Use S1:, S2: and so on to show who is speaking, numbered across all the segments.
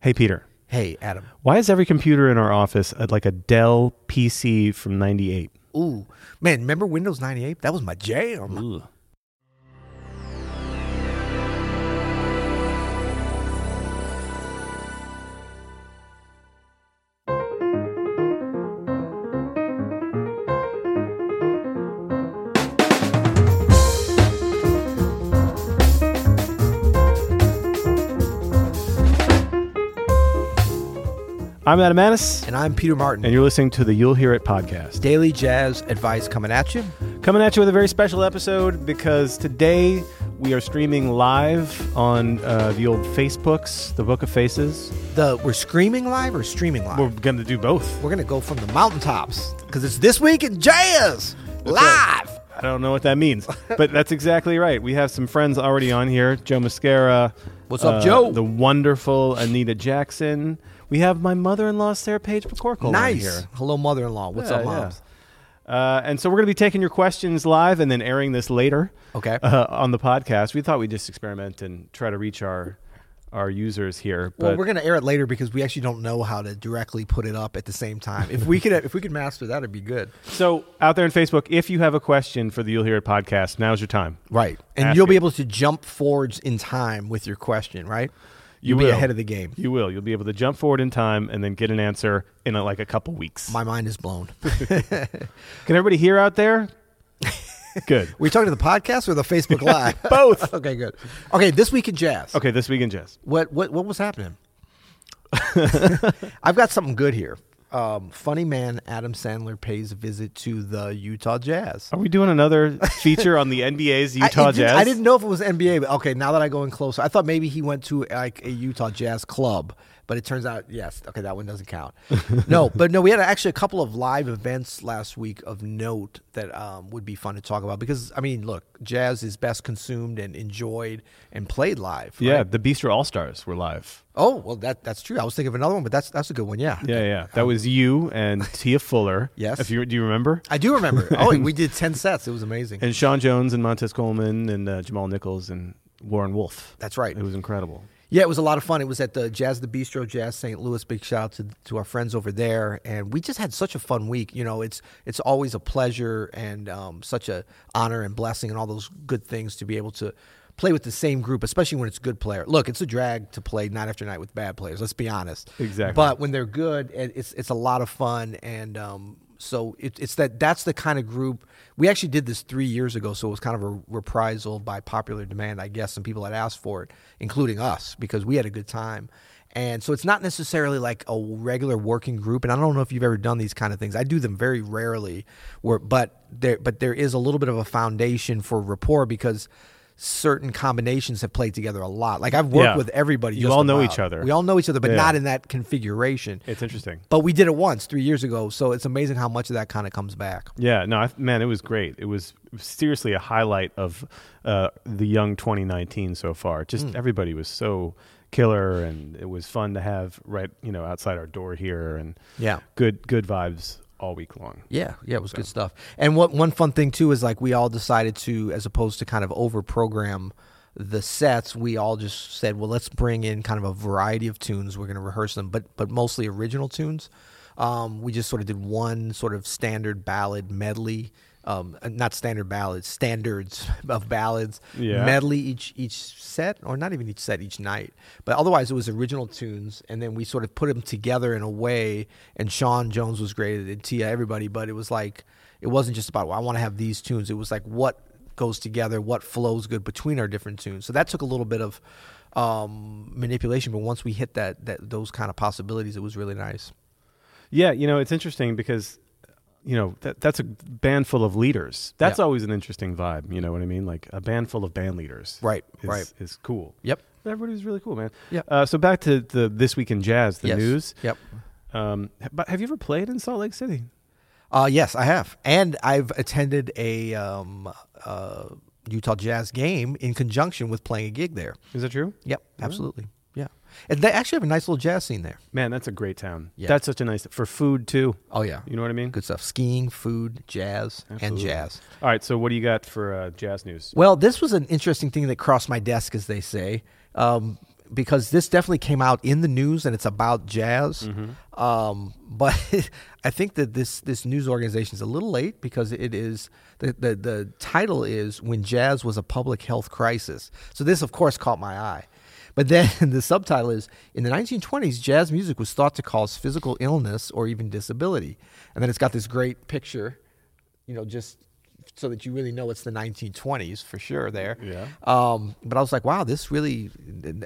S1: Hey, Peter,
S2: Hey, Adam.
S1: why is every computer in our office uh, like a Dell PC from 98?
S2: Ooh, man, remember Windows 98? That was my jam.
S1: I'm Adam Annis,
S2: And I'm Peter Martin.
S1: and you're listening to the You'll Hear It podcast.
S2: Daily jazz advice coming at you.
S1: Coming at you with a very special episode because today we are streaming live on uh, the old Facebooks, the Book of Faces.
S2: The we're screaming live or streaming live?
S1: We're
S2: We're,
S1: going to do both.
S2: gonna go from the mountaintops because it's this week in jazz
S1: right.
S2: live.
S1: I don't know what that means, but that's exactly right. We have some friends already on here Joe Mascara. uh,
S2: What's up, Joe?
S1: The wonderful Anita Jackson. We have my mother in law, Sarah Page McCorkle, on
S2: Nice.
S1: here.
S2: Hello, mother-in-law. What's
S1: Yeah,
S2: up,
S1: yeah.
S2: moms?
S1: Uh, and so we're going to be taking your questions live and then airing this later.
S2: Okay.
S1: Uh, on the podcast, we thought we'd just experiment and try to reach our our users here. But
S2: Well, we're gonna air it later because we actually don't know how to directly put it up at the same time. If we could, if we could master that, it'd be good.
S1: so out there in Facebook, if you have a question for the You'll Hear It podcast, now's your time.
S2: Right, and
S1: Ask
S2: you'll be
S1: it.
S2: able to jump forwards in time with your question. Right,
S1: You
S2: will be
S1: will.
S2: ahead of the game.
S1: You will. You'll be able to jump forward in time and then get an answer in uh, like a couple weeks.
S2: My mind is blown.
S1: Can everybody hear out there? Good.
S2: we talking to the podcast or the Facebook Live?
S1: Both.
S2: okay, good. Okay, this week in jazz.
S1: Okay, this week in jazz.
S2: What what what was happening? I've got something good here. Um, funny man Adam Sandler pays a visit to the Utah Jazz.
S1: Are we doing another feature on the NBA's Utah
S2: I, it
S1: Jazz?
S2: Didn't, I didn't know if it was NBA, but okay, now that I go in closer, I thought maybe he went to like a Utah Jazz club, but it turns out yes. Okay, that one doesn't count. no, but no, we had actually a couple of live events last week of note that um, would be fun to talk about because I mean, look, jazz is best consumed and enjoyed and played live. right?
S1: Yeah, the Bistro All Stars were live.
S2: Oh well, that that's true. I was thinking of another one, but that's that's a good one. Yeah.
S1: Yeah, yeah. That was you and Tia Fuller.
S2: Yes.
S1: If you do you remember?
S2: I do remember. Oh, we did ten sets. It was amazing.
S1: And Sean Jones and Montez Coleman and uh, Jamal Nichols and Warren Wolf.
S2: That's right.
S1: It was incredible.
S2: Yeah, it was a lot of fun. It was at the Jazz the Bistro, Jazz St. Louis. Big shout out to to our friends over there, and we just had such a fun week. You know, it's it's always a pleasure and um, such a honor and blessing and all those good things to be able to play with the same group, especially when it's a good player. Look, it's a drag to play night after night with bad players. Let's be honest.
S1: Exactly.
S2: But when they're good, it- it's it's a lot of fun and. Um, so it, it's that that's the kind of group we actually did this three years ago so it was kind of a reprisal by popular demand i guess some people had asked for it including us because we had a good time and so it's not necessarily like a regular working group and i don't know if you've ever done these kind of things i do them very rarely where, but there but there is a little bit of a foundation for rapport because certain combinations have played together a lot like i've worked
S1: Yeah.
S2: with everybody
S1: You
S2: just
S1: all know
S2: about.
S1: each other.
S2: we all know each other but
S1: Yeah.
S2: not in that configuration
S1: It's interesting.
S2: but we did it once three years ago, so it's amazing how much of that kind of comes back.
S1: Yeah, no, I, man, it was great. It was seriously a highlight of uh, the young 2019 so far. Just
S2: Hmm.
S1: everybody was so killer, and it was fun to have right, you know, outside our door here, and
S2: Yeah.
S1: good good vibes all week long.
S2: Yeah, yeah, it was good stuff. And what one fun thing too is like we all decided to, as opposed to kind of over program the sets, we all just said, well, let's bring in kind of a variety of tunes. We're going to rehearse them, but but mostly original tunes. Um, we just sort of did one sort of standard ballad medley. Um, not standard ballads, standards of ballads,
S1: Yeah.
S2: medley each each set, or not even each set, each night. But otherwise, it was original tunes, and then we sort of put them together in a way. And Sean Jones was great, and Tia, everybody. But it was like it wasn't just about well, I want to have these tunes. It was like what goes together, what flows good between our different tunes. So that took a little bit of um, manipulation, but once we hit that that those kind of possibilities, it was really nice.
S1: Yeah, you know, it's interesting because you know that that's a band full of leaders. That's
S2: Yeah.
S1: always an interesting vibe. You know what I mean? Like a band full of band leaders.
S2: Right,
S1: Is,
S2: right.
S1: Is cool.
S2: Yep.
S1: Everybody was really cool, man.
S2: Yep.
S1: Uh, so back to the this week in jazz, the
S2: Yes.
S1: news.
S2: Yep.
S1: Um, h- but have you ever played in Salt Lake City?
S2: Uh, yes, I have, and I've attended a um, uh, Utah Jazz game in conjunction with playing a gig there.
S1: Is that true?
S2: Yep, absolutely. Yeah, and they actually have a nice little jazz scene there.
S1: Man, that's a great town.
S2: Yeah.
S1: That's such a nice for food too.
S2: Oh yeah,
S1: You know what I mean?
S2: good stuff: skiing, food, jazz,
S1: Absolutely.
S2: and jazz.
S1: All right. So what do you got for uh, jazz news?
S2: Well, this was an interesting thing that crossed my desk, as they say. Um, because this definitely came out in the news and it's about jazz. Um, but I think that this this news organization is a little late because it is the, the the title is when jazz was a public health crisis. So this, of course, caught my eye. But then the subtitle is In the 1920s, jazz music was thought to cause physical illness or even disability. And then it's got this great picture, you know, just so that you really know it's the 1920s for sure there.
S1: Yeah.
S2: Um, but I was like, wow, this really,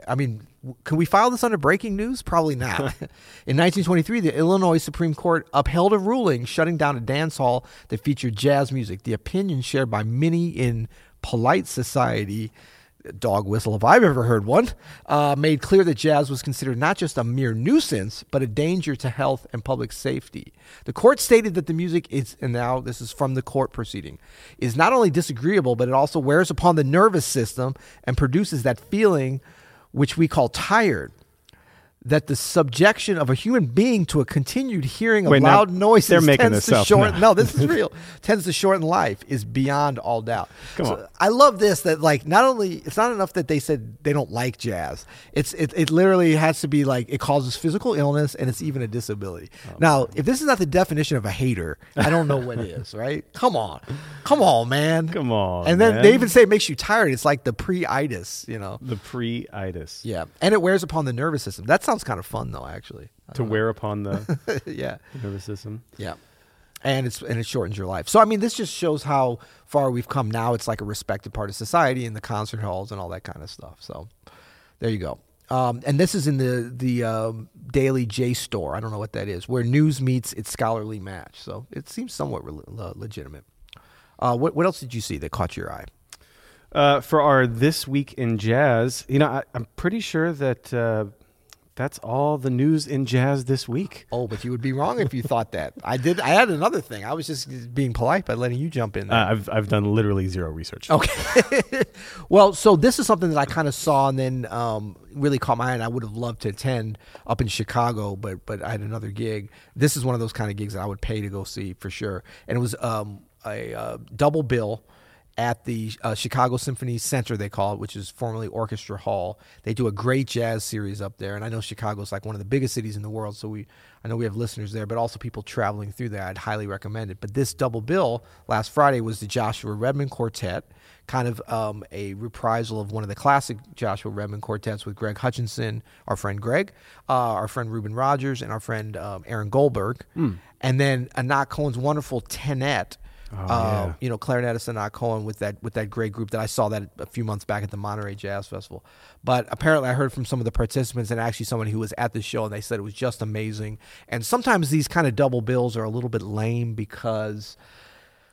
S2: I mean, w- can we file this under breaking news? Probably not. In 1923, the Illinois Supreme Court upheld a ruling shutting down a dance hall that featured jazz music, the opinion shared by many in polite society dog whistle if I've ever heard one, uh, made clear that jazz was considered not just a mere nuisance, but a danger to health and public safety. The court stated that the music is, and now this is from the court proceeding, is not only disagreeable, but it also wears upon the nervous system and produces that feeling which we call tired. That the subjection of a human being to a continued hearing of
S1: Wait, now,
S2: loud noises
S1: they're making
S2: tends
S1: this
S2: to
S1: up
S2: shorten.
S1: now.
S2: No, this is real. tends to shorten life is beyond all doubt.
S1: Come
S2: So
S1: on.
S2: I love this that like not only it's not enough that they said they don't like jazz. It's it, it literally has to be like it causes physical illness and it's even a disability.
S1: Oh,
S2: now, if this is not the definition of a hater, I don't know what is, right? Come on. Come on, man.
S1: Come on,
S2: And then
S1: man.
S2: they even say it makes you tired. It's like the pre-itis, you know.
S1: The pre-itis.
S2: Yeah. And it wears upon the nervous system. That sounds kind of fun though, actually.
S1: To wear upon the
S2: yeah.
S1: nervous system.
S2: Yeah. And it's and it shortens your life. So I mean, this just shows how far we've come now. It's like a respected part of society in the concert halls and all that kind of stuff. So there you go. Um, and this is in the the um, Daily J Store. I don't know what that is, where news meets its scholarly match. So it seems somewhat re- le- legitimate. Uh, what what else did you see that caught your eye?
S1: Uh, for our this week in jazz, you know, I, I'm pretty sure that uh, that's all the news in jazz this week.
S2: Oh, but you would be wrong if you thought that. I did. I had another thing. I was just being polite by letting you jump in. There.
S1: Uh, I've I've done literally zero research.
S2: Okay. well, so this is something that I kind of saw and then um, really caught my eye, and I would have loved to attend up in Chicago, but but I had another gig. This is one of those kind of gigs that I would pay to go see for sure, and it was um, a uh, double bill at the uh, Chicago Symphony Center, they call it, which is formerly Orchestra Hall. They do a great jazz series up there, and I know Chicago's like one of the biggest cities in the world, so we I know we have listeners there, but also people traveling through there. I'd highly recommend it. But this double bill last Friday was the Joshua Redman Quartet, kind of um, a reprisal of one of the classic Joshua Redman quartets with Greg Hutchinson, our friend Greg, uh, our friend Ruben Rogers, and our friend um, Aaron Goldberg, and then Anat Cohen's wonderful tenet uh, you know, clarinetist and not Cohen with that with that great group that I saw that a few months back at the Monterey Jazz Festival. But apparently, I heard from some of the participants and actually someone who was at the show, and they said it was just amazing. And sometimes these kind of double bills are a little bit lame because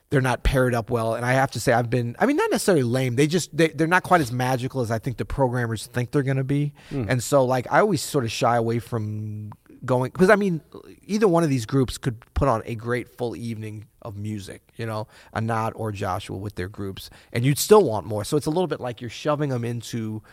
S2: they're not paired up well. And I have to say, I've been, I mean, not necessarily lame. They just, they, they're not quite as magical as I think the programmers think they're going to be. And so, like, I always sort of shy away from going, because I mean, either one of these groups could put on a great full evening of music, you know, Anad or Joshua with their groups, and you'd still want more. So it's a little bit like you're shoving them into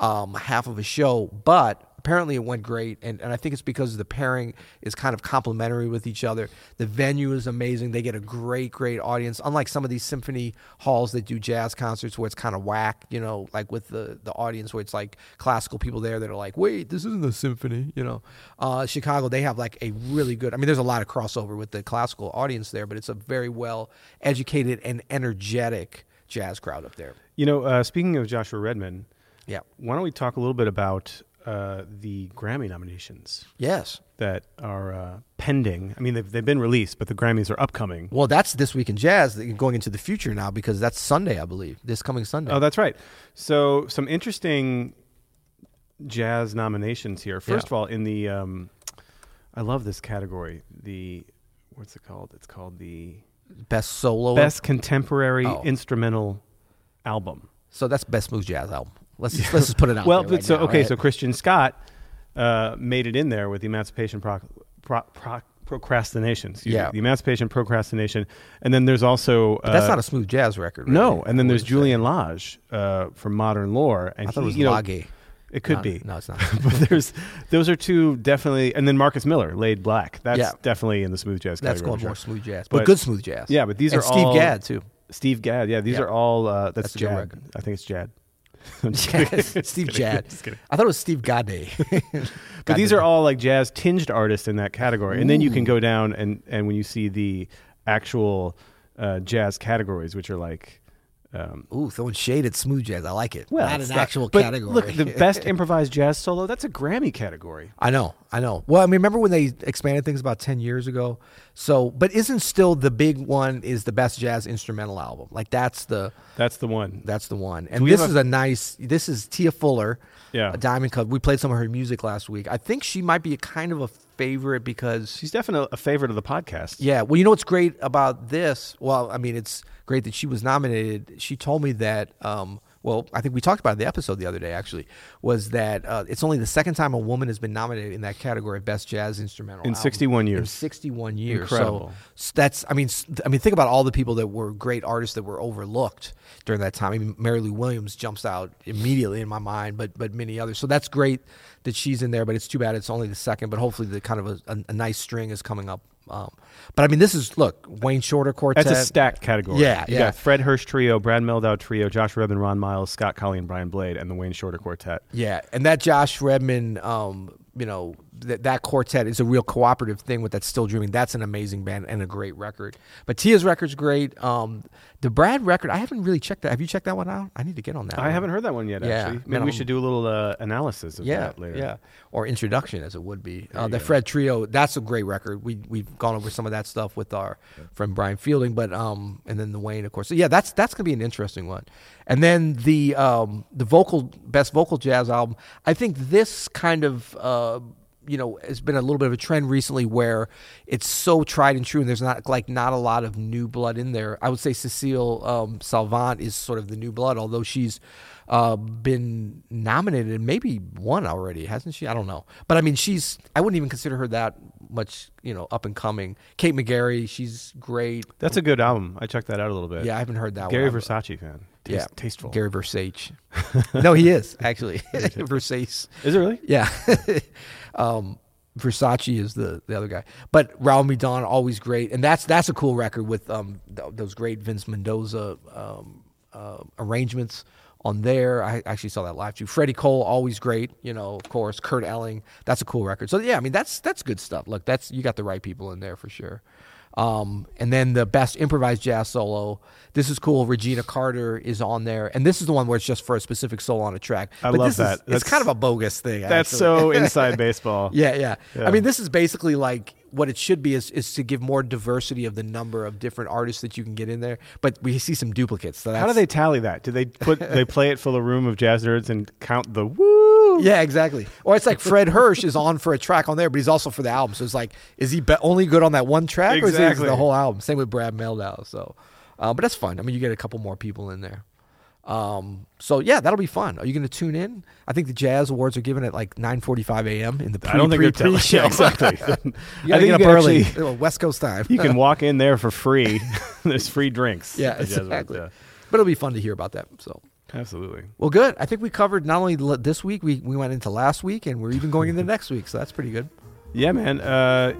S2: um, half of a show, but apparently it went great and, and i think it's because the pairing is kind of complementary with each other the venue is amazing they get a great great audience unlike some of these symphony halls that do jazz concerts where it's kind of whack you know like with the, the audience where it's like classical people there that are like wait this isn't a symphony you know uh, chicago they have like a really good i mean there's a lot of crossover with the classical audience there but it's a very well educated and energetic jazz crowd up there
S1: You know, uh, speaking of Joshua Redman,
S2: yeah
S1: why don't we talk a little bit about uh, the Grammy nominations
S2: yes
S1: that are uh, pending? I mean, they've they've been released, but the Grammys are upcoming.
S2: Well, that's this week in jazz that you're going into the future now because that's Sunday, I believe, this coming Sunday.
S1: Oh, that's right. So some interesting jazz nominations here. First
S2: Yeah.
S1: of all, in the um, I love this category. The what's it called? It's called the
S2: best solo.
S1: best contemporary
S2: Oh.
S1: instrumental album.
S2: So that's best smooth jazz album. Let's just, let's just put it out.
S1: well,
S2: there
S1: but
S2: right
S1: so
S2: now,
S1: okay,
S2: right?
S1: so Christian Scott uh, made it in there with the Emancipation Proc- Pro- Pro- Procrastination. excuse me,
S2: Yeah.
S1: the Emancipation Procrastination, and then there's also
S2: But that's
S1: uh,
S2: not a smooth jazz record. Right?
S1: no, and then
S2: What
S1: there's
S2: is it?
S1: Julian Lage uh, from Modern Lore, and
S2: I thought it
S1: he-
S2: was
S1: you know,
S2: Lage.
S1: It could
S2: No,
S1: be.
S2: no, it's not.
S1: but there's those are two definitely, and then Marcus Miller, Laid Black. That's
S2: Yeah.
S1: definitely in the smooth jazz
S2: That's
S1: category.
S2: going
S1: I'm sure.
S2: more smooth jazz, but,
S1: But-
S2: good smooth jazz.
S1: Yeah, but these
S2: And
S1: are
S2: Steve
S1: all
S2: Gadd too.
S1: Steve Gadd. Yeah, these
S2: Yeah.
S1: are all. Uh, that's
S2: That's a good
S1: Jad.
S2: record.
S1: I think it's Jad. I'm just kidding.
S2: Steve
S1: Just kidding.
S2: Jad.
S1: Just kidding.
S2: I thought it was Steve Gade.
S1: But these are all like jazz tinged artists in that category, and then you can go down and and when you see the actual uh, jazz categories, which are like
S2: Ooh, throwing shade at smooth jazz. I like it. not
S1: it's
S2: an actual
S1: but
S2: category.
S1: Look, the best improvised jazz solo that's a Grammy category.
S2: I know, I know. Well, I mean, remember when they expanded things about ten years ago? So, but isn't still the big one is the best jazz instrumental album? Like that's the
S1: That's the one.
S2: that's the one. And
S1: we
S2: this
S1: have a-
S2: is a nice. This is Tia Fuller.
S1: Yeah.
S2: a Diamond Club. We played some of her music last week. I think she might be a kind of a favorite because
S1: She's definitely a favorite of the podcast.
S2: yeah. Well, you know what's great about this? Well, I mean, it's great that she was nominated. She told me that. Um, well, I think we talked about it in the episode the other day. Actually, was that uh, it's only the second time a woman has been nominated in that category of best jazz instrumental
S1: In
S2: album.
S1: 61
S2: In
S1: years.
S2: 61 years.
S1: Incredible.
S2: So s- that's. I mean, s- I mean, think about all the people that were great artists that were overlooked during that time. I mean, Mary Lou Williams jumps out immediately in my mind, but but many others. So that's great that she's in there. But it's too bad it's only the second. But hopefully, the kind of a, a, a nice string is coming up. Um, but I mean, this is look Wayne Shorter quartet.
S1: That's a stacked category.
S2: Yeah,
S1: you
S2: yeah.
S1: got Fred Hirsch trio, Brad Meldow trio, Josh Rubin, Ron Miles, Scott Colley, and Brian Blade, and the Wayne Shorter Quartet.
S2: Yeah, and that Josh Redman, um, you know, that that quartet is a real cooperative thing with that Still Dreaming. That's an amazing band and a great record. But Tia's record's great. Um, the Brad record, I haven't really checked that. Have you checked that one out? I need to get on that.
S1: I
S2: one.
S1: haven't heard that one yet.
S2: Mm. Yeah,
S1: actually, maybe we
S2: man, I'm-
S1: should do a little uh, analysis of
S2: Yeah,
S1: that later.
S2: yeah, or introduction as it would be. Uh, the Fred Trio, that's a great record. We we've gone over some of that stuff with our friend Brian Fielding, but um, and then the Wayne, of course. So yeah, that's that's gonna be an interesting one. And then the um the vocal best vocal jazz album. I think this kind of uh you know has been a little bit of a trend recently where it's so tried and true and there's not like not a lot of new blood in there i would say cecile um, salvant is sort of the new blood although she's uh, been nominated and maybe won already hasn't she i don't know but i mean she's i wouldn't even consider her that much you know up and coming kate mcgarry she's great
S1: that's a good album. I checked that out a little bit.
S2: yeah i haven't heard that
S1: Gary
S2: one
S1: Versace fan. Taste,
S2: yeah
S1: tasteful.
S2: gary versace no he is actually versace
S1: Is it really?
S2: yeah. um, Versace is the, the other guy, but Raul Me Don always great, and that's that's a cool record with um, th- those great Vince Mendoza um, uh, arrangements on there. I actually saw that live too. Freddie Cole always great, you know. Of course, Kurt Elling, that's a cool record. So yeah, I mean that's that's good stuff. Look, that's you got the right people in there for sure. Um, and then the best improvised jazz solo. This is cool. Regina Carter is on there, and this is the one where it's just for a specific solo on a track.
S1: I
S2: but
S1: love
S2: this is-
S1: that.
S2: it's
S1: That's-
S2: kind of a bogus thing.
S1: That's
S2: actually.
S1: so inside baseball.
S2: Yeah, yeah, I mean, this is basically like what it should be is is to give more diversity of the number of different artists that you can get in there. But we see some duplicates. So that's,
S1: How do they tally that? Do they put they play it full of room of jazz nerds and count the woo?
S2: Yeah, exactly. Or it's like Fred Hirsch is on for a track on there, but he's also for the album. So it's like, is he be- only good on that one track, or is he
S1: Exactly.
S2: the whole album? Same with Brad Meldow. So, uh, but that's fun. I mean, you get a couple more people in there. Um, so yeah, that'll be fun. Are you going to tune in? I think the Jazz Awards are given at like 9:45 a.m. in the pre
S1: I don't think
S2: pre,
S1: they're telling.
S2: pre show.
S1: Yeah, exactly.
S2: You gotta
S1: I think
S2: get
S1: you
S2: up
S1: can
S2: early,
S1: actually-
S2: Uh, West Coast time.
S1: you can walk in there for free. There's free drinks.
S2: yeah,
S1: at Jazz Awards,
S2: exactly.
S1: yeah.
S2: But it'll be fun to hear about that. So,
S1: Absolutely.
S2: well, good. I think we covered not only l- this week, we, we went into last week, and we're even going into next week. So that's pretty good.
S1: Yeah, man. Uh,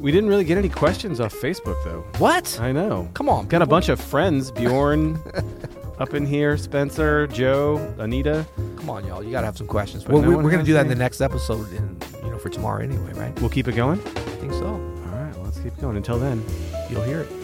S1: we didn't really get any questions off Facebook though.
S2: What?
S1: I know.
S2: Come on,
S1: Got a
S2: people.
S1: bunch of friends. Bjorn up in here, Spencer, Joe, Anita.
S2: Come on, y'all. You gotta have some questions.
S1: But
S2: Well,
S1: no
S2: we,
S1: one
S2: we're gonna
S1: has
S2: do that in
S1: any.
S2: the next episode, and you know, for tomorrow anyway, right?
S1: We'll keep it going.
S2: I think so.
S1: All right. Well, let's keep going. Until then,
S2: You'll hear it.